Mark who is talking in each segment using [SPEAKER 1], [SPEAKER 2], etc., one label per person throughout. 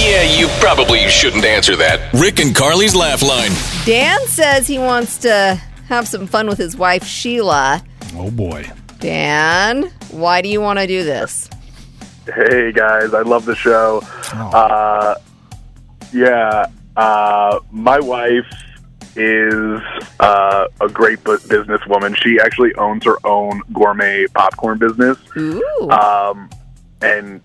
[SPEAKER 1] Yeah, you probably shouldn't answer that.
[SPEAKER 2] Rick and Carly's Laugh Line.
[SPEAKER 3] Dan says he wants to have some fun with his wife, Sheila.
[SPEAKER 4] Oh boy.
[SPEAKER 3] Dan, why do you want to do this?
[SPEAKER 5] Hey guys, I love the show.
[SPEAKER 4] Oh.
[SPEAKER 5] Uh, yeah, uh, my wife is uh, a great bu- businesswoman. She actually owns her own gourmet popcorn business,
[SPEAKER 3] Ooh.
[SPEAKER 5] um, and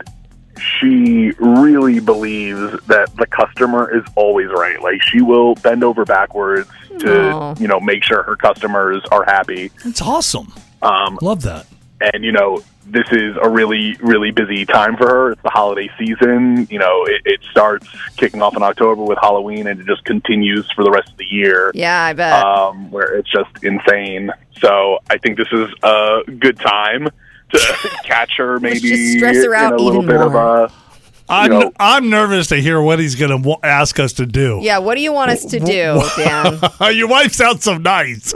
[SPEAKER 5] she really believes that the customer is always right. Like she will bend over backwards to
[SPEAKER 3] Aw.
[SPEAKER 5] you know make sure her customers are happy.
[SPEAKER 4] That's awesome.
[SPEAKER 5] Um,
[SPEAKER 4] Love that.
[SPEAKER 5] and you know this is a really really busy time for her it's the holiday season you know it, it starts kicking off in october with halloween and it just continues for the rest of the year
[SPEAKER 3] yeah, I bet.
[SPEAKER 5] um, where it's just insane so i think this is a good time to catch her
[SPEAKER 3] Let's
[SPEAKER 5] maybe
[SPEAKER 3] just stress her out
[SPEAKER 5] in a little
[SPEAKER 3] even
[SPEAKER 5] bit
[SPEAKER 3] more.
[SPEAKER 5] of a
[SPEAKER 4] I'm,
[SPEAKER 5] know-
[SPEAKER 4] I'm nervous to hear what he's going to w- ask us to do.
[SPEAKER 3] yeah, what do you want us to do, Dan?
[SPEAKER 4] Your wife sounds so nice.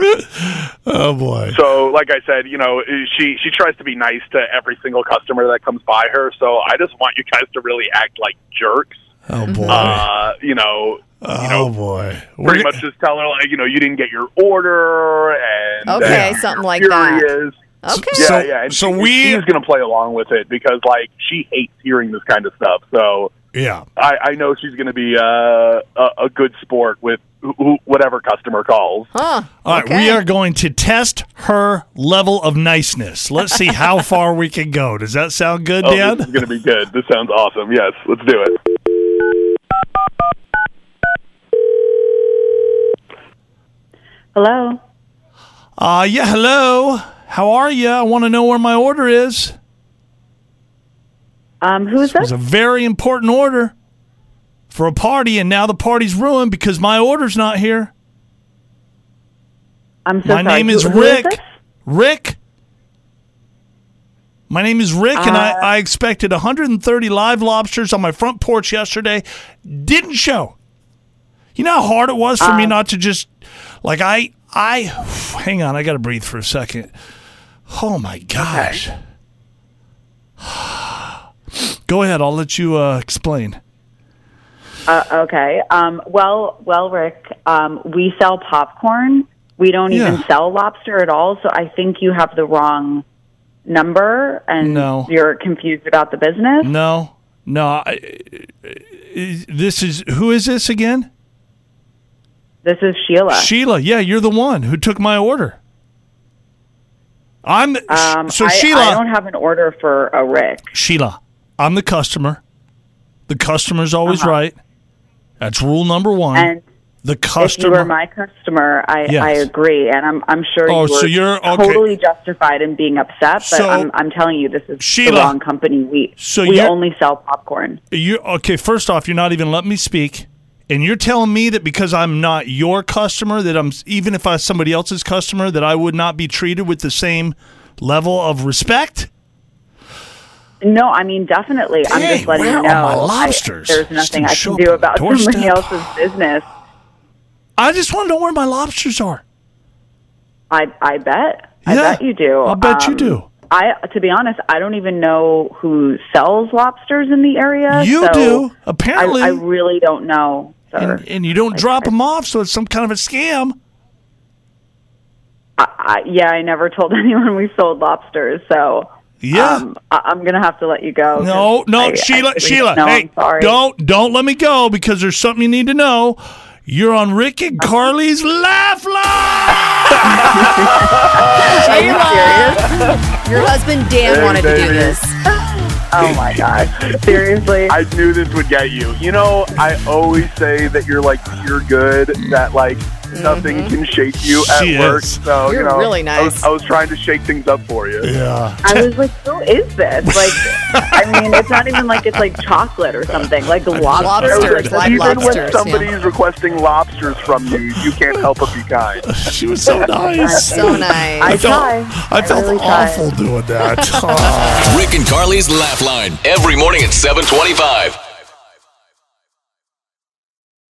[SPEAKER 4] oh boy.
[SPEAKER 5] so like i said you know she she tries to be nice to every single customer that comes by her so i just want you guys to really act like jerks
[SPEAKER 4] Oh boy.
[SPEAKER 5] uh, you know you know,
[SPEAKER 4] oh boy.
[SPEAKER 5] pretty
[SPEAKER 4] We're,
[SPEAKER 5] much just tell her like you know you didn't get your order and
[SPEAKER 3] Okay,
[SPEAKER 5] uh,
[SPEAKER 3] something like
[SPEAKER 5] you're
[SPEAKER 3] that.
[SPEAKER 5] furious.
[SPEAKER 3] Okay.
[SPEAKER 5] Yeah,
[SPEAKER 4] So-
[SPEAKER 5] yeah. And
[SPEAKER 4] so
[SPEAKER 5] she-
[SPEAKER 4] we-
[SPEAKER 5] she's gonna play along with it because like she hates hearing this kind of stuff. So
[SPEAKER 4] yeah.
[SPEAKER 5] I, I know she's gonna be uh, a, a good sport with who, who- whatever customer calls.
[SPEAKER 3] Huh.
[SPEAKER 4] All right,
[SPEAKER 3] okay.
[SPEAKER 4] we are going to test her level of niceness. Let's see how far we can go. Does that sound good,
[SPEAKER 5] Oh,
[SPEAKER 4] Dan?
[SPEAKER 5] this is gonna be good. This sounds awesome. Yes, let's do it.
[SPEAKER 6] Hello.
[SPEAKER 4] Uh yeah, hello. How are you? I want to know where my order is.
[SPEAKER 6] Um, who's
[SPEAKER 4] It was
[SPEAKER 6] this?
[SPEAKER 4] a very important order for a party and now the party's ruined because my order's not here.
[SPEAKER 6] I'm so
[SPEAKER 4] My
[SPEAKER 6] sorry.
[SPEAKER 4] name
[SPEAKER 6] Who-
[SPEAKER 4] is
[SPEAKER 6] who
[SPEAKER 4] Rick.
[SPEAKER 6] this?
[SPEAKER 4] Rick. My name is Rick, and
[SPEAKER 6] Uh,
[SPEAKER 4] I, I expected 130 live lobsters on my front porch yesterday. Didn't show. You know how hard it was for me
[SPEAKER 6] Uh,
[SPEAKER 4] not to just like I I hang on, I gotta breathe for a second. Oh my gosh. Go ahead, I'll let you uh, explain.
[SPEAKER 6] Uh, okay. Um, well, well, Rick. Um, we sell popcorn. We don't
[SPEAKER 4] Yeah.
[SPEAKER 6] even sell lobster at all. So I think you have the wrong number, and
[SPEAKER 4] No. Mm.
[SPEAKER 6] you're confused about the business.
[SPEAKER 4] No, no. I, uh, this is who is this again?
[SPEAKER 6] This is Sheila.
[SPEAKER 4] Sheila, yeah, you're the one who took my order. I'm
[SPEAKER 6] um,
[SPEAKER 4] so
[SPEAKER 6] I,
[SPEAKER 4] Sheila.
[SPEAKER 6] I don't have an order for a Rick.
[SPEAKER 4] Sheila, I'm the customer. The customer's always right. That's rule number one.
[SPEAKER 6] Uh-huh. And
[SPEAKER 4] the
[SPEAKER 6] if you were
[SPEAKER 4] customer.
[SPEAKER 6] my customer, I,
[SPEAKER 4] Yes.
[SPEAKER 6] I agree, and I'm I'm sure
[SPEAKER 4] Oh,
[SPEAKER 6] you were
[SPEAKER 4] so you're- okay.
[SPEAKER 6] totally justified in being upset. But
[SPEAKER 4] So-
[SPEAKER 6] I'm I'm telling you, this is the
[SPEAKER 4] Sheila.
[SPEAKER 6] wrong company. We
[SPEAKER 4] So
[SPEAKER 6] we
[SPEAKER 4] you're-
[SPEAKER 6] only sell popcorn.
[SPEAKER 4] you okay? First off, you're not even letting me speak, and you're telling me that because I'm not your customer, that I'm even if I'm somebody else's customer, that I would not be treated with the same level of respect.
[SPEAKER 6] No, I mean definitely. I'm
[SPEAKER 4] Dang,
[SPEAKER 6] just letting
[SPEAKER 4] where
[SPEAKER 6] you
[SPEAKER 4] are
[SPEAKER 6] know.
[SPEAKER 4] my
[SPEAKER 6] I-
[SPEAKER 4] lobsters?
[SPEAKER 6] there's nothing I
[SPEAKER 4] Just show
[SPEAKER 6] can
[SPEAKER 4] up on
[SPEAKER 6] do
[SPEAKER 4] the
[SPEAKER 6] about somebody
[SPEAKER 4] doorstep.
[SPEAKER 6] else's business.
[SPEAKER 4] I just want to know where my lobsters are.
[SPEAKER 6] I I bet. I
[SPEAKER 4] Yeah,
[SPEAKER 6] bet you do.
[SPEAKER 4] I'll bet you
[SPEAKER 6] Um,
[SPEAKER 4] do.
[SPEAKER 6] I to be honest, I don't even know who sells lobsters in the area.
[SPEAKER 4] You
[SPEAKER 6] so
[SPEAKER 4] do,
[SPEAKER 6] I-
[SPEAKER 4] apparently.
[SPEAKER 6] I, really don't know, sir.
[SPEAKER 4] and, and you don't drop them off, so it's some kind of a scam.
[SPEAKER 6] I, I, yeah, I never told anyone we sold lobsters, so
[SPEAKER 4] Yeah.
[SPEAKER 6] um, I, I'm gonna have to let you go. 'cause
[SPEAKER 4] no, no,
[SPEAKER 6] I- I
[SPEAKER 4] Sheila,
[SPEAKER 6] really
[SPEAKER 4] Sheila,
[SPEAKER 6] don't know.
[SPEAKER 4] hey,
[SPEAKER 6] I'm sorry.
[SPEAKER 4] don't don't let me go because there's something you need to know. You're on Rick and Carly's Laugh Line.
[SPEAKER 6] Are you serious?
[SPEAKER 3] Your husband Dan
[SPEAKER 5] Hey,
[SPEAKER 3] wanted to do
[SPEAKER 5] baby.
[SPEAKER 3] this.
[SPEAKER 6] Oh my gosh, seriously?
[SPEAKER 5] I knew this would get you. You know, I always say that you're like you're good. That like nothing can shake you at
[SPEAKER 4] She
[SPEAKER 5] work.
[SPEAKER 4] is.
[SPEAKER 5] So
[SPEAKER 3] Mm-hmm. You're
[SPEAKER 5] you know,
[SPEAKER 3] really
[SPEAKER 5] I was,
[SPEAKER 3] nice.
[SPEAKER 5] I was trying to shake things up for you.
[SPEAKER 4] yeah,
[SPEAKER 6] I was like, who is this? Like, I mean, it's not even like it's like chocolate or something. Like lobster.
[SPEAKER 3] Lobsters,
[SPEAKER 6] Like,
[SPEAKER 3] live
[SPEAKER 5] Even
[SPEAKER 3] lobsters,
[SPEAKER 5] when
[SPEAKER 3] yeah.
[SPEAKER 5] somebody's requesting lobsters from you, you can't help but be kind.
[SPEAKER 4] she was so nice.
[SPEAKER 3] So nice.
[SPEAKER 6] I
[SPEAKER 4] felt,
[SPEAKER 6] try.
[SPEAKER 4] I felt
[SPEAKER 6] really try.
[SPEAKER 4] awful doing that.
[SPEAKER 2] Rick and Carly's Laugh Line.
[SPEAKER 1] Every morning at 725.